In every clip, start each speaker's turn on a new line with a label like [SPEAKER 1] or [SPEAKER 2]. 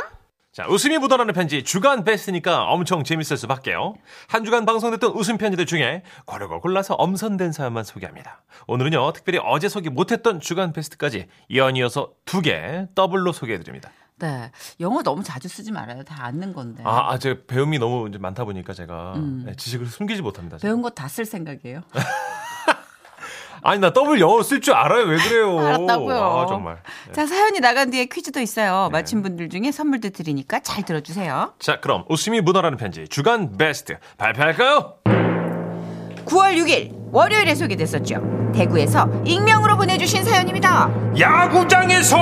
[SPEAKER 1] 있습니다. 웃음이 묻어나는 편지 주간 베스트니까 엄청 재밌을 수밖에요. 한 주간 방송됐던 웃음 편지들 중에 고르고 골라서 엄선된 사연만 소개합니다. 오늘은요 특별히 어제 소개 못했던 주간 베스트까지 연이어서 두 개 더블로 소개해드립니다.
[SPEAKER 2] 네. 영어 너무 자주 쓰지 말아요. 다 아는 건데.
[SPEAKER 1] 아, 아, 제가 배움이 너무 이제 많다 보니까 제가
[SPEAKER 2] 음.
[SPEAKER 1] 네, 지식을 숨기지 못합니다. 제가.
[SPEAKER 2] 배운 거 다 쓸 생각이에요.
[SPEAKER 1] 아니 나 더블 영어 쓸 줄 알아요. 왜 그래요?
[SPEAKER 2] 알았다고요.
[SPEAKER 1] 아 정말. 네.
[SPEAKER 2] 자, 사연이 나간 뒤에 퀴즈도 있어요. 맞힌 분들 중에 선물도 드리니까 잘 들어주세요.
[SPEAKER 1] 자 그럼 웃음이 묻어나는 편지 주간 베스트 발표할까요?
[SPEAKER 2] 9월 6일 월요일에 소개됐었죠. 대구에서 익명으로 보내주신 사연입니다.
[SPEAKER 1] 야구장에서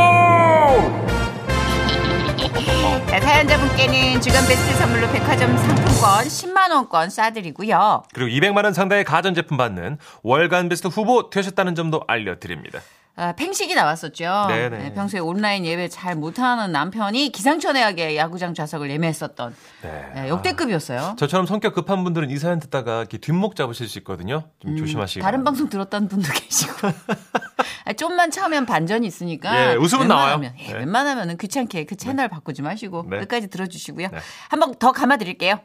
[SPEAKER 2] 자, 사연자분께는 주간 베스트 선물로 백화점 상품권 10만 원권 싸드리고요.
[SPEAKER 1] 그리고 200만 원 상당의 가전제품 받는 월간 베스트 후보 되셨다는 점도 알려드립니다.
[SPEAKER 2] 아, 팽식이 나왔었죠.
[SPEAKER 1] 네네.
[SPEAKER 2] 네, 평소에 온라인 예배 잘 못하는 남편이 기상천외하게 야구장 좌석을 예매했었던
[SPEAKER 1] 네. 아,
[SPEAKER 2] 네, 역대급이었어요.
[SPEAKER 1] 저처럼 성격 급한 분들은 이 사연 듣다가 이렇게 뒷목 잡으실 수 있거든요. 좀
[SPEAKER 3] 음,
[SPEAKER 1] 조심하시기
[SPEAKER 2] 다른
[SPEAKER 1] 바랍니다.
[SPEAKER 2] 방송 들었던 분도 계시고 아, 좀만 참으면 반전이
[SPEAKER 1] 예,
[SPEAKER 2] 있으니까
[SPEAKER 1] 웃음은 나와요.
[SPEAKER 2] 웬만하면, 예,
[SPEAKER 1] 네.
[SPEAKER 2] 웬만하면은 귀찮게 그 채널 바꾸지 마시고
[SPEAKER 1] 네.
[SPEAKER 2] 끝까지 들어주시고요.
[SPEAKER 1] 네.
[SPEAKER 2] 한번 더 감아드릴게요.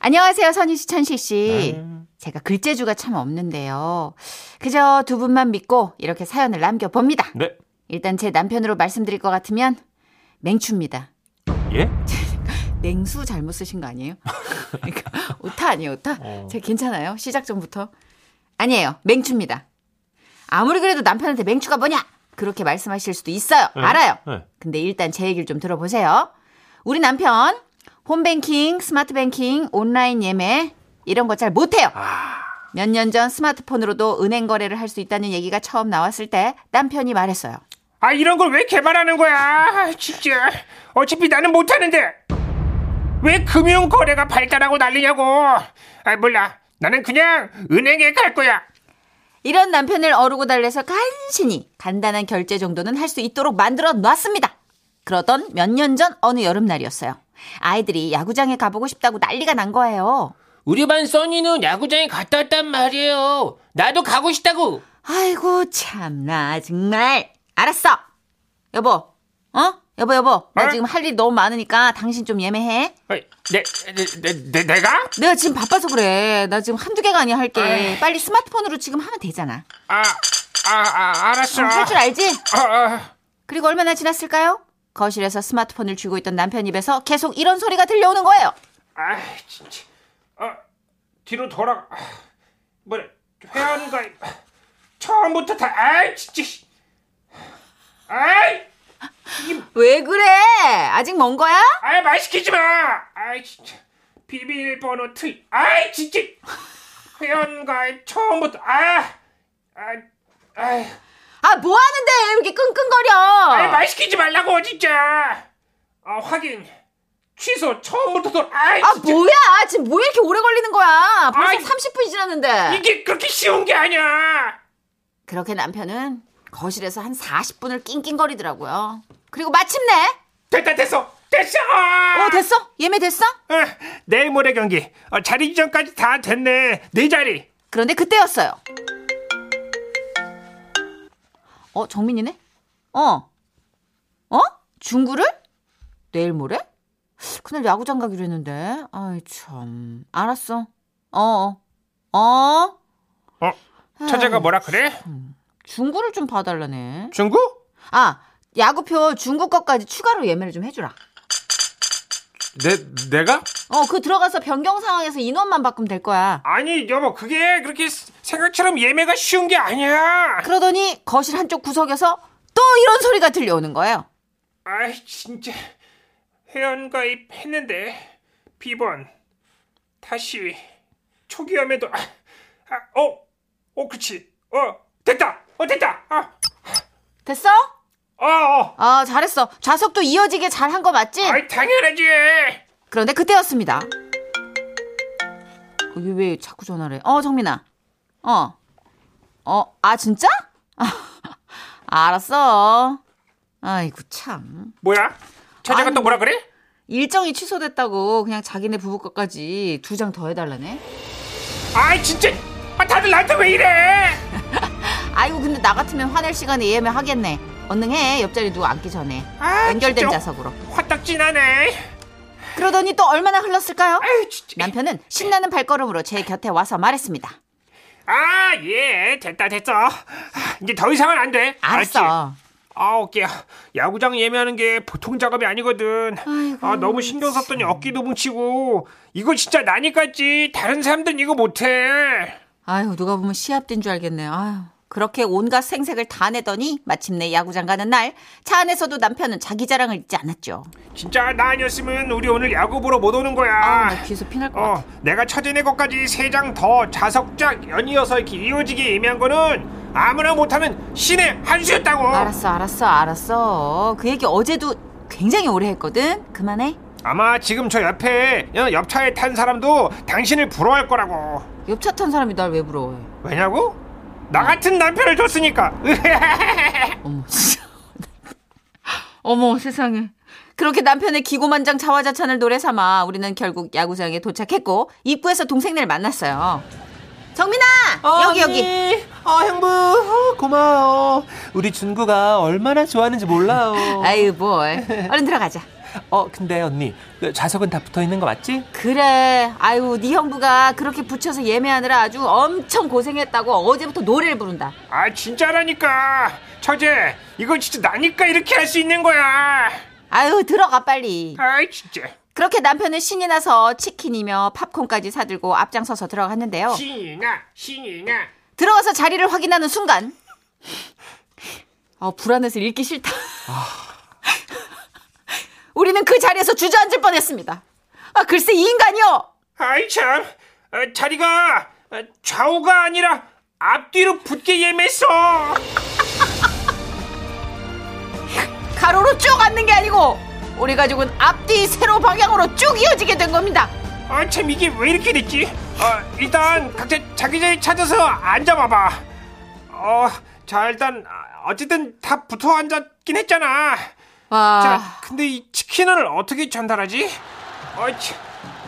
[SPEAKER 2] 안녕하세요, 선희 씨, 천식 씨.
[SPEAKER 1] 네.
[SPEAKER 2] 제가 글재주가 참 없는데요. 그저 두 분만 믿고 이렇게 사연을 남겨봅니다.
[SPEAKER 1] 네.
[SPEAKER 2] 일단 제 남편으로 말씀드릴 것 같으면 맹추입니다.
[SPEAKER 1] 예?
[SPEAKER 2] 냉수 잘못 쓰신 거 아니에요? 그러니까 오타 아니에요, 오타?
[SPEAKER 1] 어.
[SPEAKER 2] 제가 괜찮아요. 시작 전부터. 아니에요. 맹추입니다. 아무리 그래도 남편한테 맹추가 뭐냐? 그렇게 말씀하실 수도 있어요.
[SPEAKER 1] 네.
[SPEAKER 2] 알아요.
[SPEAKER 1] 네.
[SPEAKER 2] 근데 일단 제 얘기를 좀 들어보세요. 우리 남편 홈뱅킹, 스마트뱅킹, 온라인 예매 이런 거 잘 못해요.
[SPEAKER 1] 아.
[SPEAKER 2] 몇 년 전 스마트폰으로도 은행 거래를 할 수 있다는 얘기가 처음 나왔을 때 남편이 말했어요.
[SPEAKER 4] 아 이런 걸 왜 개발하는 거야 아, 진짜 어차피 나는 못하는데 왜 금융 거래가 발달하고 난리냐고 아 몰라 나는 그냥 은행에 갈 거야
[SPEAKER 2] 이런 남편을 어르고 달래서 간신히 간단한 결제 정도는 할 수 있도록 만들어 놨습니다. 그러던 몇 년 전 어느 여름날이었어요. 아이들이 야구장에 가보고 싶다고 난리가 난 거예요.
[SPEAKER 4] 우리 반 써니는 야구장에 갔다 왔단 말이에요 나도 가고 싶다고
[SPEAKER 2] 아이고 참나 정말 알았어. 여보, 어? 여보 여보, 나
[SPEAKER 4] 네?
[SPEAKER 2] 지금 할 일이 너무 많으니까 당신 좀 예매해.
[SPEAKER 4] 어, 내, 내, 내, 내, 내가?
[SPEAKER 2] 내가 지금 바빠서 그래. 나 지금 한두 개가 아니야 할게.
[SPEAKER 4] 에이.
[SPEAKER 2] 빨리 스마트폰으로 지금 하면 되잖아.
[SPEAKER 4] 아, 아, 아 알았어
[SPEAKER 2] 할 줄 알지?
[SPEAKER 4] 아, 아.
[SPEAKER 2] 그리고 얼마나 지났을까요? 거실에서 스마트폰을 쥐고 있던 남편 입에서 계속 이런 소리가 들려오는 거예요.
[SPEAKER 4] 아 진짜 아, 뒤로 돌아가 아, 뭐래 회원가 처음부터 다 아이 진짜 아이
[SPEAKER 2] 왜 그래? 아직 먼 거야?
[SPEAKER 4] 아이 말 시키지 마. 아이 진짜 비밀번호 틀. 아이 진짜 회원가입 처음부터 아. 아, 아이,
[SPEAKER 2] 아, 뭐 하는데? 이렇게
[SPEAKER 4] 아이
[SPEAKER 2] 끙끙거려.
[SPEAKER 4] 말 시키지 말라고 진짜. 아 확인 취소 처음부터 돌. 아이
[SPEAKER 2] 아,
[SPEAKER 4] 진짜
[SPEAKER 2] 뭐야? 지금 왜 이렇게 오래 걸리는 거야? 벌써
[SPEAKER 4] 아이.
[SPEAKER 2] 30분이 지났는데.
[SPEAKER 4] 이게 그렇게 쉬운 게 아니야.
[SPEAKER 2] 그렇게 남편은 거실에서 한 40분을 낑낑거리더라고요. 그리고 마침내
[SPEAKER 4] 됐다 됐어 됐어.
[SPEAKER 2] 어, 됐어? 예매 됐어?
[SPEAKER 4] 어, 내일 모레 경기 어, 자리 지정까지 다 됐네 네 자리.
[SPEAKER 2] 그런데 그때였어요. 어, 정민이네? 어. 어? 중구를? 내일 모레? 그날 야구장 가기로 했는데. 아이, 참. 알았어. 어, 어. 어?
[SPEAKER 4] 어 처제가 뭐라 그래?
[SPEAKER 2] 중구를 좀 봐달라네.
[SPEAKER 4] 중구?
[SPEAKER 2] 아, 야구표 중구 것까지 추가로 예매를 좀 해주라.
[SPEAKER 1] 내 내가?
[SPEAKER 2] 어, 그 들어가서 변경 상황에서 인원만 바꾸면 될 거야.
[SPEAKER 4] 아니 여보 그게 그렇게 생각처럼 예매가 쉬운 게 아니야.
[SPEAKER 2] 그러더니 거실 한쪽 구석에서 또 이런 소리가 들려오는 거예요.
[SPEAKER 4] 아이 진짜 회원가입 했는데 비번 다시 초기화면도 아, 아, 어, 어 그치 어 됐다 어 됐다 아,
[SPEAKER 2] 됐어?
[SPEAKER 4] 어, 어
[SPEAKER 2] 아, 잘했어. 좌석도 이어지게 잘 한 거 맞지?
[SPEAKER 4] 아이 당연하지
[SPEAKER 2] 그런데 그때였습니다. 어, 이게 왜 자꾸 전화를 해? 어, 정민아. 어. 어, 아, 진짜? 아, 알았어. 아이고, 참.
[SPEAKER 4] 뭐야 찾아가
[SPEAKER 2] 아니,
[SPEAKER 4] 또 뭐라 그래?
[SPEAKER 2] 일정이 취소됐다고 그냥 자기네 부부 것까지 두 장 더 해달라네.
[SPEAKER 4] 아이 진짜 아, 다들 나한테 왜 이래
[SPEAKER 2] 아이고, 근데 나 같으면 화낼 시간에 예매하겠네. 얼른 해. 옆자리 누구 앉기 전에.
[SPEAKER 4] 아,
[SPEAKER 2] 연결된
[SPEAKER 4] 진짜.
[SPEAKER 2] 좌석으로.
[SPEAKER 4] 화딱지나네.
[SPEAKER 2] 그러더니 또 얼마나 흘렀을까요?
[SPEAKER 4] 아유, 진짜.
[SPEAKER 2] 남편은 신나는 발걸음으로 제 곁에 와서 말했습니다.
[SPEAKER 4] 아, 예, 됐다, 됐어. 아, 이제 더 이상은 안 돼. 알았지?
[SPEAKER 2] 알았어.
[SPEAKER 4] 아, 어깨야. 야구장 예매하는 게 보통 작업이 아니거든.
[SPEAKER 2] 아이고,
[SPEAKER 4] 아, 너무 신경 썼더니 어깨도 뭉치고. 이거 진짜 나니까지. 다른 사람들은 이거 못해.
[SPEAKER 2] 아유, 누가 보면 시합된 줄 알겠네. 아유. 그렇게 온갖 생색을 다 내더니 마침내 야구장 가는 날 차 안에서도 남편은 자기 자랑을 잊지 않았죠.
[SPEAKER 4] 진짜 나 아니었으면 우리 오늘 야구 보러 못 오는 거야.
[SPEAKER 2] 아, 나 귀에서 피날 것 같아.
[SPEAKER 4] 어, 내가 찾아낸 것까지 세 장 더 자석작 연이어서 이렇게 이어지게 예매한 거는 아무나 못하는 신의 한 수였다고.
[SPEAKER 2] 알았어, 알았어, 알았어. 그 얘기 어제도 굉장히 오래 했거든. 그만해.
[SPEAKER 4] 아마 지금 저 옆에 어, 옆차에 탄 사람도 당신을 부러워할 거라고.
[SPEAKER 2] 옆차 탄 사람이 날 왜 부러워해?
[SPEAKER 4] 왜냐고? 나 같은 남편을 줬으니까.
[SPEAKER 2] 어머, 진짜. 어머, 세상에. 그렇게 남편의 기고만장 자화자찬을 노래 삼아 우리는 결국 야구장에 도착했고 입구에서 동생네를 만났어요. 정민아! 여기 여기.
[SPEAKER 3] 어 형부 어, 고마워 우리 준구가 얼마나 좋아하는지 몰라요
[SPEAKER 2] 아유, 뭘. 얼른 들어가자.
[SPEAKER 3] 어 근데 언니 그 좌석은 다 붙어있는 거 맞지?
[SPEAKER 2] 그래. 아유, 네 형부가 그렇게 붙여서 예매하느라 아주 엄청 고생했다고 어제부터 노래를 부른다.
[SPEAKER 4] 아 진짜라니까. 처제, 이거 진짜 나니까 이렇게 할 수 있는 거야.
[SPEAKER 2] 아유, 들어가 빨리.
[SPEAKER 4] 아 진짜.
[SPEAKER 2] 그렇게 남편은 신이 나서 치킨이며 팝콘까지 사들고 앞장서서 들어갔는데요.
[SPEAKER 4] 신이나 신이나.
[SPEAKER 2] 들어가서 자리를 확인하는 순간 아 불안해서 읽기 싫다. 우리는 그 자리에서 주저앉을 뻔했습니다. 아 글쎄 이 인간이요.
[SPEAKER 4] 아이 참 어, 자리가 어, 좌우가 아니라 앞뒤로 붙게 예매했어
[SPEAKER 2] 가로로 쭉 앉는 게 아니고 우리 가족은 앞뒤 세로 방향으로 쭉 이어지게 된 겁니다.
[SPEAKER 4] 아참 이게 왜 이렇게 됐지 어, 일단 각자 자기 자리 찾아서 앉아봐봐 어자 일단 아, 어쨌든 다 붙어 앉았긴 했잖아 자
[SPEAKER 2] 와
[SPEAKER 4] 근데 이 치킨을 어떻게 전달하지 어이 참.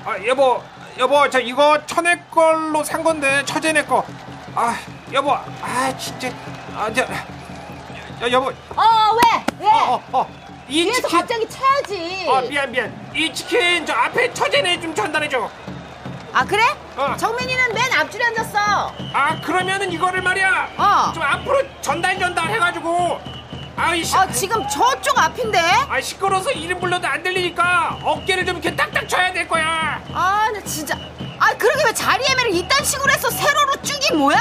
[SPEAKER 4] 아, 여보 여보 저 이거 천혜 걸로 산 건데 처제네 거아 여보 아 진짜 아저 여보
[SPEAKER 2] 어, 왜? 왜?
[SPEAKER 4] 어, 어. 이
[SPEAKER 2] 뒤에서
[SPEAKER 4] 치킨.
[SPEAKER 2] 갑자기 차야지.
[SPEAKER 4] 어, 미안, 미안. 이 치킨 저 앞에 처제네 좀 전달해줘.
[SPEAKER 2] 아, 그래?
[SPEAKER 4] 어.
[SPEAKER 2] 정민이는 맨 앞줄에 앉았어.
[SPEAKER 4] 아, 그러면은 이거를 말이야.
[SPEAKER 2] 어.
[SPEAKER 4] 좀 앞으로 전달 전달 해가지고. 아이씨.
[SPEAKER 2] 아, 지금 저쪽 앞인데?
[SPEAKER 4] 아, 시끄러워서 이름 불러도 안 들리니까 어깨를 좀 이렇게 딱딱 쳐야 될 거야.
[SPEAKER 2] 아, 나 진짜. 아, 그러게 왜 자리 예매를 이딴 식으로 해서 세로로 쭉이 뭐야?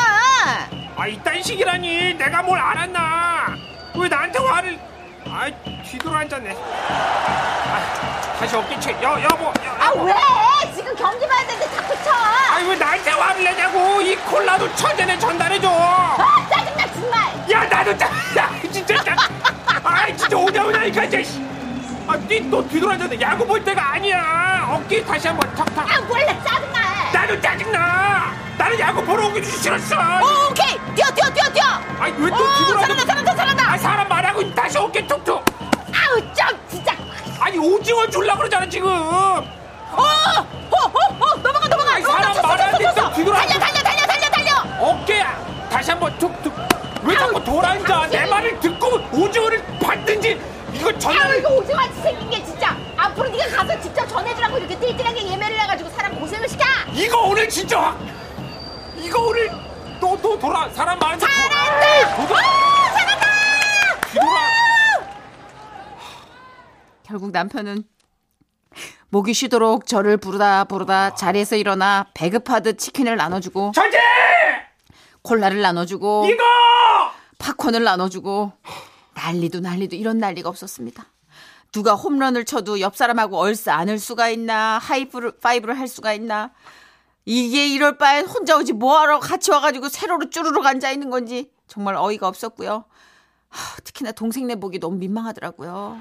[SPEAKER 4] 아, 이딴 식이라니. 내가 뭘 알았나. 왜 나한테 화를. 아, 뒤돌아 앉았네. 아, 다시 어깨 쳐. 여, 여보. 여,
[SPEAKER 2] 아,
[SPEAKER 4] 여보.
[SPEAKER 2] 왜? 지금 경기 봐야 되는데 자꾸 쳐.
[SPEAKER 4] 아이, 왜 나한테 화를 내냐고. 이 콜라도 처제네 전달해줘.
[SPEAKER 2] 아, 짜증나, 정말.
[SPEAKER 4] 야 나도 짜, 야 진짜 짜, 아 진짜 오냐 오냐니까 이제. 씨. 아, 니또 뒤돌아졌네. 야구 볼 때가 아니야. 어깨 다시 한번 탁탁.
[SPEAKER 2] 아, 몰라, 짜증나.
[SPEAKER 4] 나도 짜증나. 나는 야구 보러 오기 싫었어.
[SPEAKER 2] 오, 오케이. 뛰어, 뛰어, 뛰어, 뛰어.
[SPEAKER 4] 아니 왜 또
[SPEAKER 2] 오,
[SPEAKER 4] 뒤돌아졌
[SPEAKER 2] 잘한다, 잘한다,
[SPEAKER 4] 아,
[SPEAKER 2] 잘한다.
[SPEAKER 4] 사람 말하고 다시 어깨 툭툭.
[SPEAKER 2] 아우, 좀, 진짜.
[SPEAKER 4] 아니 오징어 줄라 그러잖아 지금.
[SPEAKER 2] 오, 오, 오, 오, 어, 넘어가, 넘어가.
[SPEAKER 4] 아니,
[SPEAKER 2] 어, 나
[SPEAKER 4] 사람
[SPEAKER 2] 쳤어,
[SPEAKER 4] 말하는데
[SPEAKER 2] 쳤어, 쳤어.
[SPEAKER 4] 또 뒤돌아.
[SPEAKER 2] 달려, 달려, 달려, 달려, 달려.
[SPEAKER 4] 어깨야. 다시 한번 툭툭. 왜 자꾸
[SPEAKER 2] 아우,
[SPEAKER 4] 돌아앉아? 내
[SPEAKER 2] 당신.
[SPEAKER 4] 말을 듣고 오징어를 받든지 이거
[SPEAKER 2] 아우,
[SPEAKER 4] 전화를.
[SPEAKER 2] 이거 오징어같이 생긴 게 진짜. 앞으로 네가 가서 직접 전해주라고 이렇게 띨띨하게 예매를 해가지고 사람 고생을 시켜.
[SPEAKER 4] 이거 오늘 진짜 확- 이거 오늘 또 또 돌아 사람 많은데
[SPEAKER 2] 잘한다!
[SPEAKER 4] 돌아 뒤돌아
[SPEAKER 2] 결국 남편은 목이 쉬도록 저를 부르다 부르다 자리에서 일어나 배급하듯 치킨을 나눠주고
[SPEAKER 4] 천재
[SPEAKER 2] 콜라를 나눠주고
[SPEAKER 4] 이거
[SPEAKER 2] 팝콘을 나눠주고 난리도 난리도 이런 난리가 없었습니다. 누가 홈런을 쳐도 옆 사람하고 얼싸 안을 수가 있나 하이브를 파이브를 할 수가 있나 이게 이럴 바엔 혼자 오지 뭐하러 같이 와가지고 세로로 쭈르륵 앉아 있는 건지 정말 어이가 없었고요. 하, 특히나 동생네 보기 너무 민망하더라고요.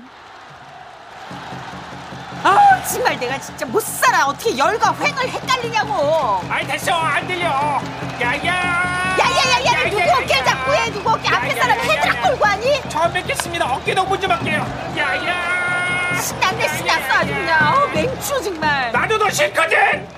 [SPEAKER 2] 아 정말 내가 진짜 못 살아 어떻게 열과 횡을 헷갈리냐고.
[SPEAKER 4] 아이 됐어 안 들려 야야
[SPEAKER 2] 야야야야 누구 어깨 잡고 해 누구 어깨 앞에 사람 헤드락 걸고 하니?
[SPEAKER 4] 처음 뵙겠습니다 어깨 너무 좀 할게요 야야
[SPEAKER 2] 신났네 신났어 아주 그냥 어, 맹추 정말
[SPEAKER 4] 나도 너 싫거든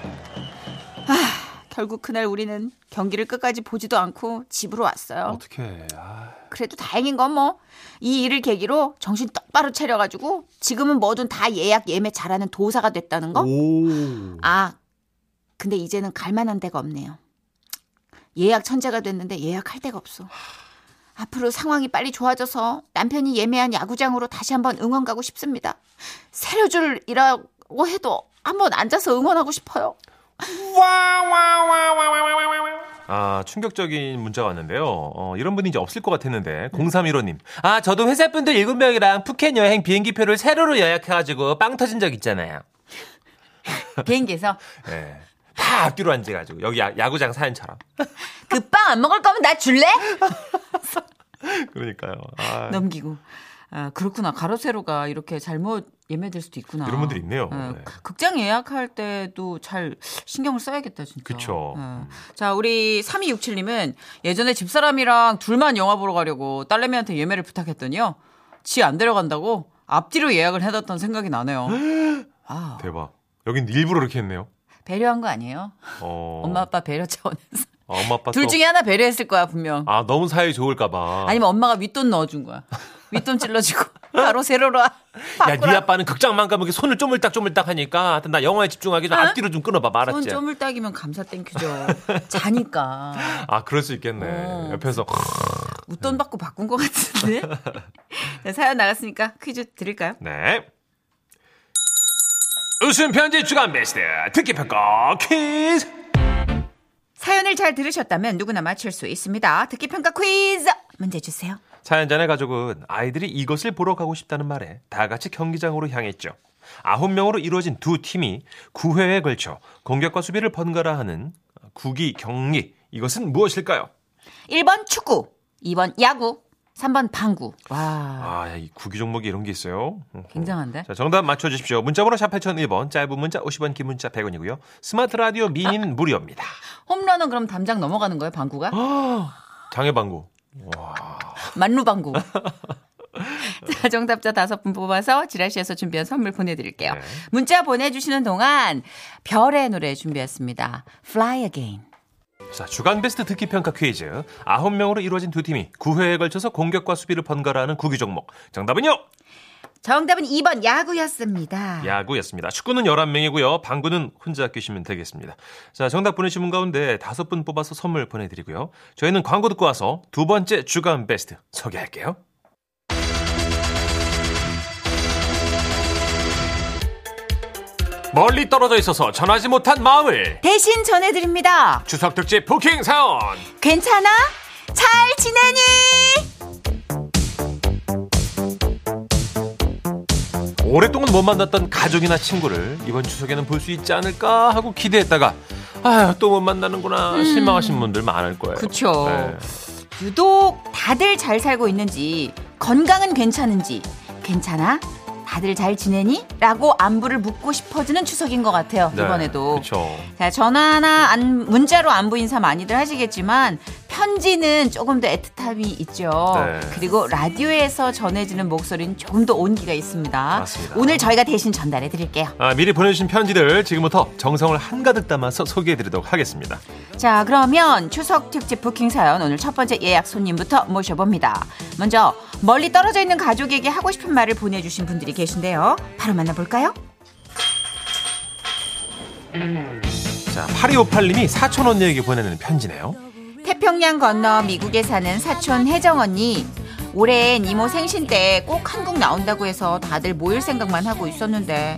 [SPEAKER 3] 결국 그날 우리는 경기를 끝까지 보지도 않고 집으로 왔어요.
[SPEAKER 2] 어떻게? 아,
[SPEAKER 3] 그래도 다행인 건 뭐, 이 일을 계기로 정신 똑바로 차려가지고 지금은 뭐든 다 예약 예매 잘하는 도사가 됐다는 거?
[SPEAKER 2] 오.
[SPEAKER 3] 아, 근데 이제는 갈만한 데가 없네요. 예약 천재가 됐는데 예약할 데가 없어. 앞으로 상황이 빨리 좋아져서 남편이 예매한 야구장으로 다시 한번 응원 가고 싶습니다. 세려줄이라고 해도 한번 앉아서 응원하고 싶어요.
[SPEAKER 1] 아, 충격적인 문자가 왔는데요. 어, 이런 분이 이제 없을 것 같았는데. 0315님. 아, 저도 회사분들 7명이랑 푸켓 여행 비행기표를 세로로 예약해가지고 빵 터진 적 있잖아요.
[SPEAKER 3] 개인기에서
[SPEAKER 1] 예. 다 앞뒤로 앉아가지고. 여기 야, 야구장 사연처럼.
[SPEAKER 3] 그 빵 안 먹을 거면 나 줄래?
[SPEAKER 1] 그러니까요. 아,
[SPEAKER 3] 넘기고. 아, 그렇구나. 가로세로가 이렇게 잘못 예매될 수도 있구나.
[SPEAKER 1] 이런 분들이 있네요.
[SPEAKER 3] 예,
[SPEAKER 1] 네.
[SPEAKER 3] 극장 예약할 때도 잘 신경을 써야겠다, 진짜.
[SPEAKER 1] 그쵸.
[SPEAKER 3] 예.
[SPEAKER 1] 음.
[SPEAKER 3] 자, 우리 3267님은 예전에 집사람이랑 둘만 영화 보러 가려고 딸내미한테 예매를 부탁했더니요. 지 안 데려간다고 앞뒤로 예약을 해놨던 생각이 나네요. 아,
[SPEAKER 1] 대박. 여긴 일부러 이렇게 했네요.
[SPEAKER 3] 배려한 거 아니에요?
[SPEAKER 1] 어.
[SPEAKER 3] 엄마 아빠 배려 차원에서.
[SPEAKER 1] 아, 엄마 아빠
[SPEAKER 3] 둘
[SPEAKER 1] 또-
[SPEAKER 3] 중에 하나 배려했을 거야, 분명.
[SPEAKER 1] 아, 너무 사이 좋을까봐.
[SPEAKER 3] 아니면 엄마가 윗돈 넣어준 거야. 윗돈 찔러주고 바로 세로로
[SPEAKER 1] 야, 네
[SPEAKER 3] 바꾸라.
[SPEAKER 1] 아빠는 극장만 가면 이렇게 손을 쪼물딱 쪼물딱 하니까 하여튼 나 영화에 집중하기 좀 앞뒤로 좀 끊어봐. 알았지?
[SPEAKER 3] 손 점을 따기면 감사 땡큐죠. 자니까
[SPEAKER 1] 아, 그럴 수 있겠네.
[SPEAKER 3] 어.
[SPEAKER 1] 옆에서
[SPEAKER 3] 웃돈 받고 바꾼 것 같은데. 자, 사연 나갔으니까 퀴즈 드릴까요?
[SPEAKER 1] 네. 웃음 편지 주간 베스트 특기 평가 퀴즈.
[SPEAKER 3] 사연을 잘 들으셨다면 누구나 맞힐 수 있습니다. 듣기 평가 퀴즈 문제 주세요.
[SPEAKER 1] 사연자네 가족은 아이들이 이것을 보러 가고 싶다는 말에 다 같이 경기장으로 향했죠. 아홉 명으로 이루어진 두 팀이 9회에 걸쳐 공격과 수비를 번갈아 하는 구기 경기. 이것은 무엇일까요?
[SPEAKER 3] 1번 축구, 2번 야구, 3번 방구. 와,
[SPEAKER 1] 아, 야, 이 구기 종목이 이런 게 있어요. 음.
[SPEAKER 3] 굉장한데?
[SPEAKER 1] 자, 정답 맞춰 주십시오. 문자번호 샵 8001번, 짧은 문자 50원, 긴 문자 100원이고요. 스마트 라디오
[SPEAKER 3] 아.
[SPEAKER 1] 미니는 무료입니다.
[SPEAKER 3] 홈런은 그럼 담장 넘어가는 거예요, 방구가?
[SPEAKER 1] 장애 방구.
[SPEAKER 3] 만루방구. 자, 정답자 다섯 분 뽑아서 지라시에서 준비한 선물 보내드릴게요.
[SPEAKER 1] 네.
[SPEAKER 3] 문자 보내주시는 동안 별의 노래 준비했습니다. Fly Again.
[SPEAKER 1] 자, 주간 베스트 듣기 평가 퀴즈. 아홉 명으로 이루어진 두 팀이 9회에 걸쳐서 공격과 수비를 번갈아 하는 구기 종목. 정답은요?
[SPEAKER 3] 정답은 2번 야구였습니다.
[SPEAKER 1] 야구였습니다. 축구는 11명이고요. 방구는 혼자 끼시면 되겠습니다. 자, 정답 보내신 분 가운데 다섯 분 뽑아서 선물 보내 드리고요. 저희는 광고 듣고 와서 두 번째 주간 베스트 소개할게요. 멀리 떨어져 있어서 전하지 못한 마음을
[SPEAKER 3] 대신 전해드립니다.
[SPEAKER 1] 추석 특집 부킹 사연.
[SPEAKER 3] 괜찮아? 잘 지내니?
[SPEAKER 1] 오랫동안 못 만났던 가족이나 친구를 이번 추석에는 볼 수 있지 않을까 하고 기대했다가 아또 못 만나는구나 실망하신 분들 많을 거예요.
[SPEAKER 3] 음. 그쵸.
[SPEAKER 1] 네.
[SPEAKER 3] 유독 다들 잘 살고 있는지, 건강은 괜찮은지, 괜찮아? 다들 잘 지내니? 라고 안부를 묻고 싶어지는 추석인 것 같아요,
[SPEAKER 1] 네,
[SPEAKER 3] 이번에도.
[SPEAKER 1] 그쵸.
[SPEAKER 3] 자, 전화나 안- 문자로 안부 인사 많이들 하시겠지만 편지는 조금 더 애틋함이 있죠.
[SPEAKER 1] 네.
[SPEAKER 3] 그리고 라디오에서 전해지는 목소리는 조금 더 온기가 있습니다.
[SPEAKER 1] 맞습니다.
[SPEAKER 3] 오늘 저희가 대신 전달해 드릴게요.
[SPEAKER 1] 아, 미리 보내주신 편지들 지금부터 정성을 한가득 담아서 소개해드리도록 하겠습니다.
[SPEAKER 3] 자, 그러면 추석 특집 부킹 사연 오늘 첫 번째 예약 손님부터 모셔봅니다. 먼저 멀리 떨어져 있는 가족에게 하고 싶은 말을 보내주신 분들이 계신데요. 바로 만나볼까요?
[SPEAKER 1] 자, 8258님이 사촌 언니에게 보내는 편지네요.
[SPEAKER 3] 태평양 건너 미국에 사는 사촌 혜정 언니. 올해 이모 생신 때 꼭 한국 나온다고 해서 다들 모일 생각만 하고 있었는데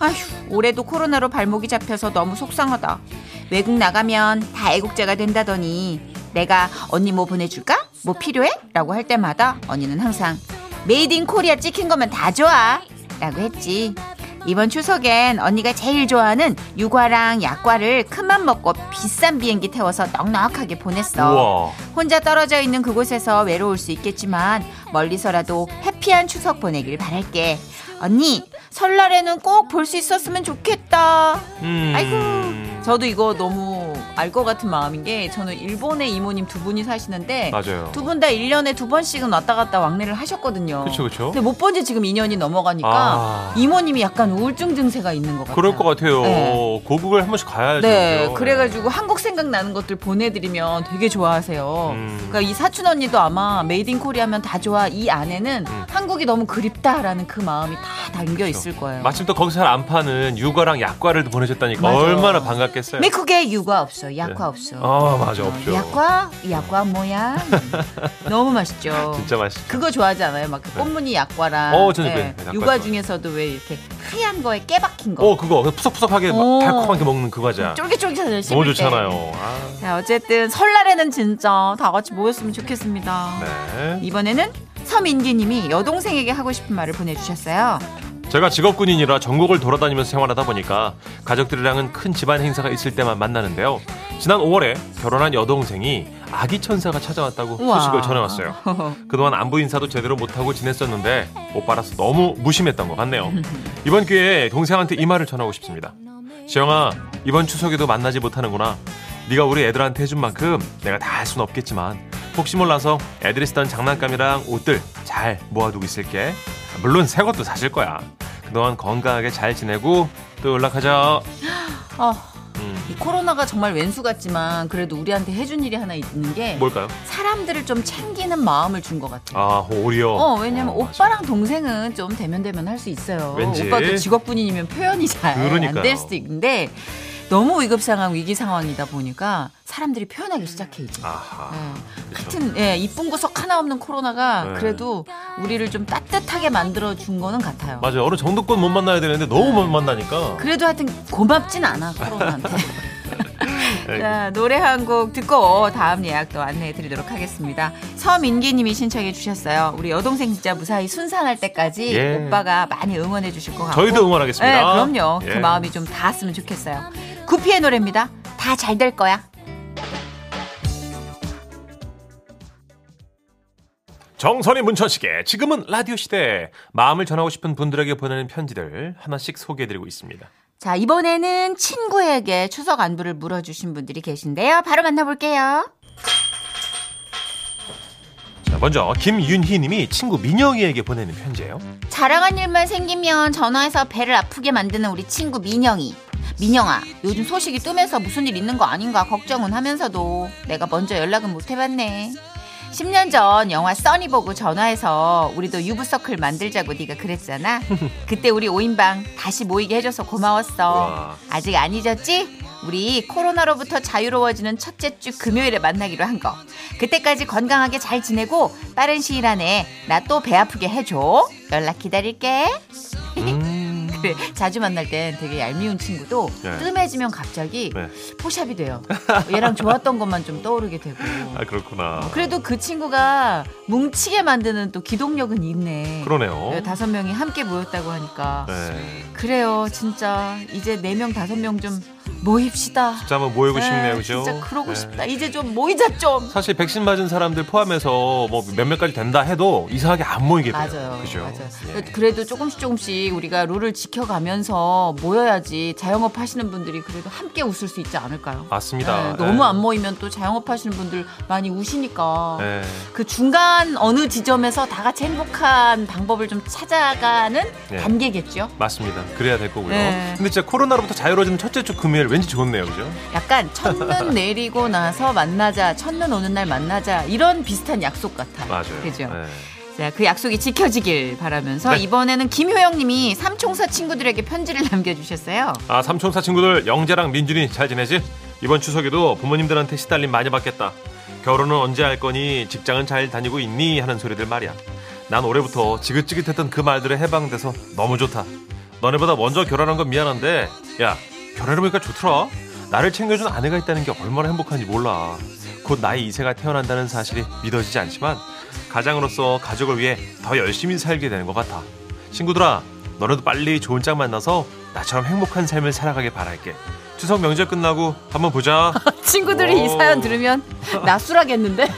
[SPEAKER 3] 아휴 올해도 코로나로 발목이 잡혀서 너무 속상하다. 외국 나가면 다 애국자가 된다더니 내가 언니 뭐 보내줄까? 뭐 필요해? 라고 할 때마다 언니는 항상 메이드 인 코리아 찍힌 거면 다 좋아 라고 했지. 이번 추석엔 언니가 제일 좋아하는 육아랑 약과를 큰맘 먹고 비싼 비행기 태워서 넉넉하게 보냈어.
[SPEAKER 1] 우와.
[SPEAKER 3] 혼자 떨어져 있는 그곳에서 외로울 수 있겠지만 멀리서라도 해피한 추석 보내길 바랄게. 언니 설날에는 꼭 볼 수 있었으면 좋겠다.
[SPEAKER 1] 음.
[SPEAKER 3] 아이고 저도 이거 너무 알 것 같은 마음인 게 저는 일본의 이모님 두 분이 사시는데
[SPEAKER 1] 맞아요.
[SPEAKER 3] 두 분 다 1년에 두 번씩은 왔다 갔다 왕래를 하셨거든요.
[SPEAKER 1] 어. 그쵸, 그쵸.
[SPEAKER 3] 근데 못 본 지 지금 2년이 넘어가니까
[SPEAKER 1] 아.
[SPEAKER 3] 이모님이 약간 우울증 증세가 있는 것 같아요.
[SPEAKER 1] 그럴 것 같아요.
[SPEAKER 3] 네.
[SPEAKER 1] 고국을 한 번씩 가야죠.
[SPEAKER 3] 네,
[SPEAKER 1] 그죠?
[SPEAKER 3] 그래가지고 한국 생각나는 것들 보내드리면 되게 좋아하세요.
[SPEAKER 1] 음.
[SPEAKER 3] 그러니까 이 사춘 언니도 아마 메이드 인 코리아면 다 좋아 이 안에는
[SPEAKER 1] 음.
[SPEAKER 3] 한국이 너무 그립다라는 그 마음이 다 담겨 있을 거예요.
[SPEAKER 1] 마침 또 거기서 잘 안 파는 육아랑 약과를 또 보내셨다니까
[SPEAKER 3] 맞아요.
[SPEAKER 1] 얼마나 반갑겠어요.
[SPEAKER 3] 미국에 육아 없어, 약과 없어.
[SPEAKER 1] 아 맞아 없죠.
[SPEAKER 3] 약과? 약과 뭐야? 너무 맛있죠.
[SPEAKER 1] 진짜 맛있죠.
[SPEAKER 3] 그거 좋아하지 않아요? 막그 꽃무늬 약과랑
[SPEAKER 1] 네.
[SPEAKER 3] 네.
[SPEAKER 1] 어, 저는 그 약과
[SPEAKER 3] 육아
[SPEAKER 1] 좋아해요.
[SPEAKER 3] 중에서도 왜 이렇게 하얀 거에 깨박힌 거
[SPEAKER 1] 어 그거 푸석푸석하게 막
[SPEAKER 3] 어.
[SPEAKER 1] 달콤하게 먹는 그 과자.
[SPEAKER 3] 쫄깃쫄깃하잖아요. 씹을
[SPEAKER 1] 너무
[SPEAKER 3] 때.
[SPEAKER 1] 좋잖아요. 아,
[SPEAKER 3] 자, 어쨌든 설날에는 진짜 다 같이 모였으면 좋겠습니다.
[SPEAKER 1] 네.
[SPEAKER 3] 이번에는 서민기님이 여동생에게 하고 싶은 말을 보내주셨어요.
[SPEAKER 1] 제가 직업군인이라 전국을 돌아다니면서 생활하다 보니까 가족들이랑은 큰 집안 행사가 있을 때만 만나는데요. 지난 5월에 결혼한 여동생이 아기 천사가 찾아왔다고
[SPEAKER 3] 우와.
[SPEAKER 1] 소식을 전해왔어요. 그동안 안부 인사도 제대로 못하고 지냈었는데 오빠라서 너무 무심했던 것 같네요. 이번 기회에 동생한테 이 말을 전하고 싶습니다. 지영아 이번 추석에도 만나지 못하는구나. 네가 우리 애들한테 해준 만큼 내가 다 할 순 없겠지만 혹시 몰라서 애들이 쓰던 장난감이랑 옷들 잘 모아두고 있을게. 물론 새 것도 사실 거야. 그동안 건강하게 잘 지내고 또 연락하자.
[SPEAKER 3] 어,
[SPEAKER 1] 음,
[SPEAKER 3] 이 코로나가 정말 왼수 같지만 그래도 우리한테 해준 일이 하나 있는 게
[SPEAKER 1] 뭘까요?
[SPEAKER 3] 사람들을 좀 챙기는 마음을 준 것 같아요.
[SPEAKER 1] 아 오히려.
[SPEAKER 3] 어, 왜냐면
[SPEAKER 1] 어, 맞아.
[SPEAKER 3] 오빠랑 동생은 좀 대면대면 할 수 있어요.
[SPEAKER 1] 왠지.
[SPEAKER 3] 오빠도 직업군인이면 표현이 잘 안
[SPEAKER 1] 그러니까요.
[SPEAKER 3] 될 수도 있는데 너무 위급 상황, 위기 상황이다 보니까 사람들이 표현하기 시작해 이제.
[SPEAKER 1] 아하.
[SPEAKER 3] 예. 하여튼 예, 이쁜 구석 하나 없는 코로나가
[SPEAKER 1] 네.
[SPEAKER 3] 그래도 우리를 좀 따뜻하게 만들어 준 거는 같아요.
[SPEAKER 1] 맞아요. 어느 정도권 못 만나야 되는데 너무 못 만나니까.
[SPEAKER 3] 그래도 하여튼 고맙진 않아 코로나한테. 자, 노래 한 곡 듣고 다음 예약도 안내해 드리도록 하겠습니다. 서민기 님이 신청해 주셨어요. 우리 여동생 진짜 무사히 순산할 때까지
[SPEAKER 1] 예.
[SPEAKER 3] 오빠가 많이 응원해 주실 것 같고.
[SPEAKER 1] 저희도 응원하겠습니다.
[SPEAKER 3] 네, 그럼요.
[SPEAKER 1] 예.
[SPEAKER 3] 그 마음이 좀 닿았으면 좋겠어요. 구피의 노래입니다. 다 잘 될 거야.
[SPEAKER 1] 정선이 문천식의 지금은 라디오 시대 마음을 전하고 싶은 분들에게 보내는 편지들 하나씩 소개해드리고 있습니다.
[SPEAKER 3] 자, 이번에는 친구에게 추석 안부를 물어주신 분들이 계신데요. 바로 만나볼게요.
[SPEAKER 1] 자, 먼저 김윤희님이 친구 민영이에게 보내는 편지예요.
[SPEAKER 3] 자랑한 일만 생기면 전화해서 배를 아프게 만드는 우리 친구 민영이. 민영아, 요즘 소식이 뜸해서 무슨 일 있는 거 아닌가 걱정은 하면서도 내가 먼저 연락은 못 해봤네. 10년 전 영화 써니 보고 전화해서 우리도 유부서클 만들자고 네가 그랬잖아. 그때 우리 5인방 다시 모이게 해줘서 고마웠어.
[SPEAKER 1] 와.
[SPEAKER 3] 아직 안 잊었지? 우리 코로나로부터 자유로워지는 첫째 주 금요일에 만나기로 한 거. 그때까지 건강하게 잘 지내고 빠른 시일 안에 나 또 배 아프게 해줘. 연락 기다릴게.
[SPEAKER 1] 음,
[SPEAKER 3] 그래, 자주 만날 땐 되게 얄미운 친구도
[SPEAKER 1] 네.
[SPEAKER 3] 뜸해지면 갑자기
[SPEAKER 1] 네.
[SPEAKER 3] 포샵이 돼요. 얘랑 좋았던 것만 좀 떠오르게 되고.
[SPEAKER 1] 아 그렇구나.
[SPEAKER 3] 그래도 그 친구가 뭉치게 만드는 또 기동력은 있네.
[SPEAKER 1] 그러네요.
[SPEAKER 3] 네, 다섯 명이 함께 모였다고 하니까.
[SPEAKER 1] 네.
[SPEAKER 3] 그래요, 진짜 이제 네 명 다섯 명 좀 모입시다.
[SPEAKER 1] 진짜 한번 모이고 싶네요,
[SPEAKER 3] 아,
[SPEAKER 1] 그죠?
[SPEAKER 3] 진짜 그러고
[SPEAKER 1] 네.
[SPEAKER 3] 싶다. 이제 좀 모이자 좀.
[SPEAKER 1] 사실 백신 맞은 사람들 포함해서 뭐 몇몇까지 된다 해도 이상하게 안 모이게 돼요.
[SPEAKER 3] 맞아요.
[SPEAKER 1] 그죠?
[SPEAKER 3] 맞아요.
[SPEAKER 1] 예.
[SPEAKER 3] 그래도 조금씩 조금씩 우리가 룰을 지켜가면서 모여야지 자영업 하시는 분들이 그래도 함께 웃을 수 있지 않을까요?
[SPEAKER 1] 맞습니다.
[SPEAKER 3] 네, 너무
[SPEAKER 1] 예.
[SPEAKER 3] 안 모이면 또 자영업 하시는 분들 많이 우시니까
[SPEAKER 1] 예.
[SPEAKER 3] 그 중간 어느 지점에서 다 같이 행복한 방법을 좀 찾아가는
[SPEAKER 1] 네.
[SPEAKER 3] 단계겠죠.
[SPEAKER 1] 맞습니다. 그래야 될 거고요.
[SPEAKER 3] 네.
[SPEAKER 1] 근데 진짜 코로나로부터 자유로워지는 첫째 주 금요일 왠지 좋네요, 그죠?
[SPEAKER 3] 약간 첫눈 내리고 나서 만나자, 첫눈 오는 날 만나자 이런 비슷한 약속 같아요.
[SPEAKER 1] 맞아요.
[SPEAKER 3] 그죠?
[SPEAKER 1] 예.
[SPEAKER 3] 자, 그 약속이 지켜지길 바라면서
[SPEAKER 1] 네.
[SPEAKER 3] 이번에는 김효영 님이 삼총사 친구들에게 편지를 남겨주셨어요.
[SPEAKER 1] 아 삼촌사 친구들 영재랑 민준이 잘 지내지? 이번 추석에도 부모님들한테 시달림 많이 받겠다. 결혼은 언제 할 거니? 직장은 잘 다니고 있니? 하는 소리들 말이야. 난 올해부터 지긋지긋했던 그 말들에 해방돼서 너무 좋다. 너네보다 먼저 결혼한 건 미안한데 야 결혼해보니까 좋더라. 나를 챙겨준 아내가 있다는 게 얼마나 행복한지 몰라. 곧 나이 2세가 태어난다는 사실이 믿어지지 않지만 가장으로서 가족을 위해 더 열심히 살게 되는 것 같아. 친구들아, 너네도 빨리 좋은 짝 만나서 나처럼 행복한 삶을 살아가길 바랄게. 추석 명절 끝나고 한번 보자.
[SPEAKER 3] 친구들이 이
[SPEAKER 1] 오.
[SPEAKER 3] 사연 들으면 나술하겠는데?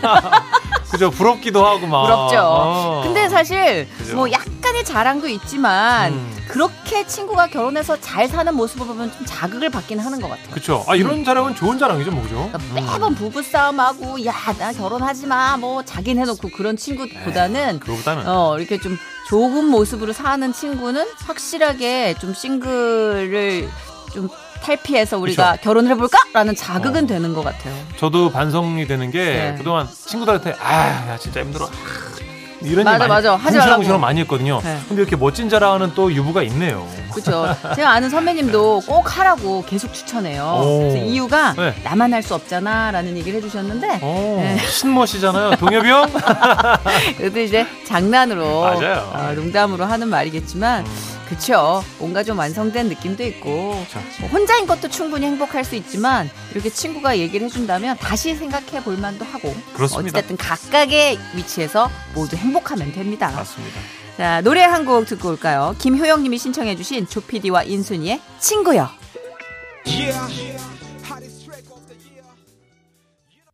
[SPEAKER 1] 그죠? 부럽기도 하고 막.
[SPEAKER 3] 부럽죠.
[SPEAKER 1] 아.
[SPEAKER 3] 근데 사실
[SPEAKER 1] 그죠.
[SPEAKER 3] 뭐 약간의 자랑도 있지만
[SPEAKER 1] 음.
[SPEAKER 3] 그렇게 친구가 결혼해서 잘 사는 모습을 보면 좀 자극을 받긴 하는 것 같아요.
[SPEAKER 1] 그쵸. 아, 이런 자랑은 좋은 자랑이죠, 음. 뭐죠?
[SPEAKER 3] 음. 그러니까 매번 부부싸움하고 야 나 결혼하지 마뭐 자긴 해놓고 그런 친구보다는
[SPEAKER 1] 그거보다는.
[SPEAKER 3] 어 이렇게 좀 좋은 모습으로 사는 친구는 확실하게 좀 싱글을 좀 탈피해서 우리가 결혼을 해볼까라는 자극은
[SPEAKER 1] 어.
[SPEAKER 3] 되는 것 같아요.
[SPEAKER 1] 저도 반성이 되는 게
[SPEAKER 3] 네.
[SPEAKER 1] 그동안 친구들한테 아, 야, 진짜 힘들어. 아, 이런
[SPEAKER 3] 맞아,
[SPEAKER 1] 얘기 많이,
[SPEAKER 3] 맞아. 하지 말라고.
[SPEAKER 1] 궁시렁궁시렁 많이 했거든요.
[SPEAKER 3] 네.
[SPEAKER 1] 근데 이렇게 멋진 자랑은 또 유부가 있네요.
[SPEAKER 3] 그렇죠. 제가 아는 선배님도 꼭 하라고 계속 추천해요.
[SPEAKER 1] 오.
[SPEAKER 3] 그래서 이유가
[SPEAKER 1] 네. 어.
[SPEAKER 3] 나만 할 수 없잖아라는 얘기를 해주셨는데
[SPEAKER 1] 오,
[SPEAKER 3] 네.
[SPEAKER 1] 신멋이잖아요. 동엽이 형?
[SPEAKER 3] 그래도 이제 장난으로
[SPEAKER 1] 맞아요. 음.
[SPEAKER 3] 어, 농담으로 하는 말이겠지만 그쵸. 뭔가 좀 완성된 느낌도 있고 뭐 혼자인 것도 충분히 행복할 수 있지만 이렇게 친구가 얘기를 해준다면 다시 생각해 볼 만도 하고
[SPEAKER 1] 그렇습니다.
[SPEAKER 3] 어쨌든 각각의 위치에서 모두 행복하면 됩니다.
[SPEAKER 1] 맞습니다.
[SPEAKER 3] 자 노래 한 곡 듣고 올까요? 김효영님이 신청해주신 조피디와 인순이의 친구여.
[SPEAKER 5] Yeah.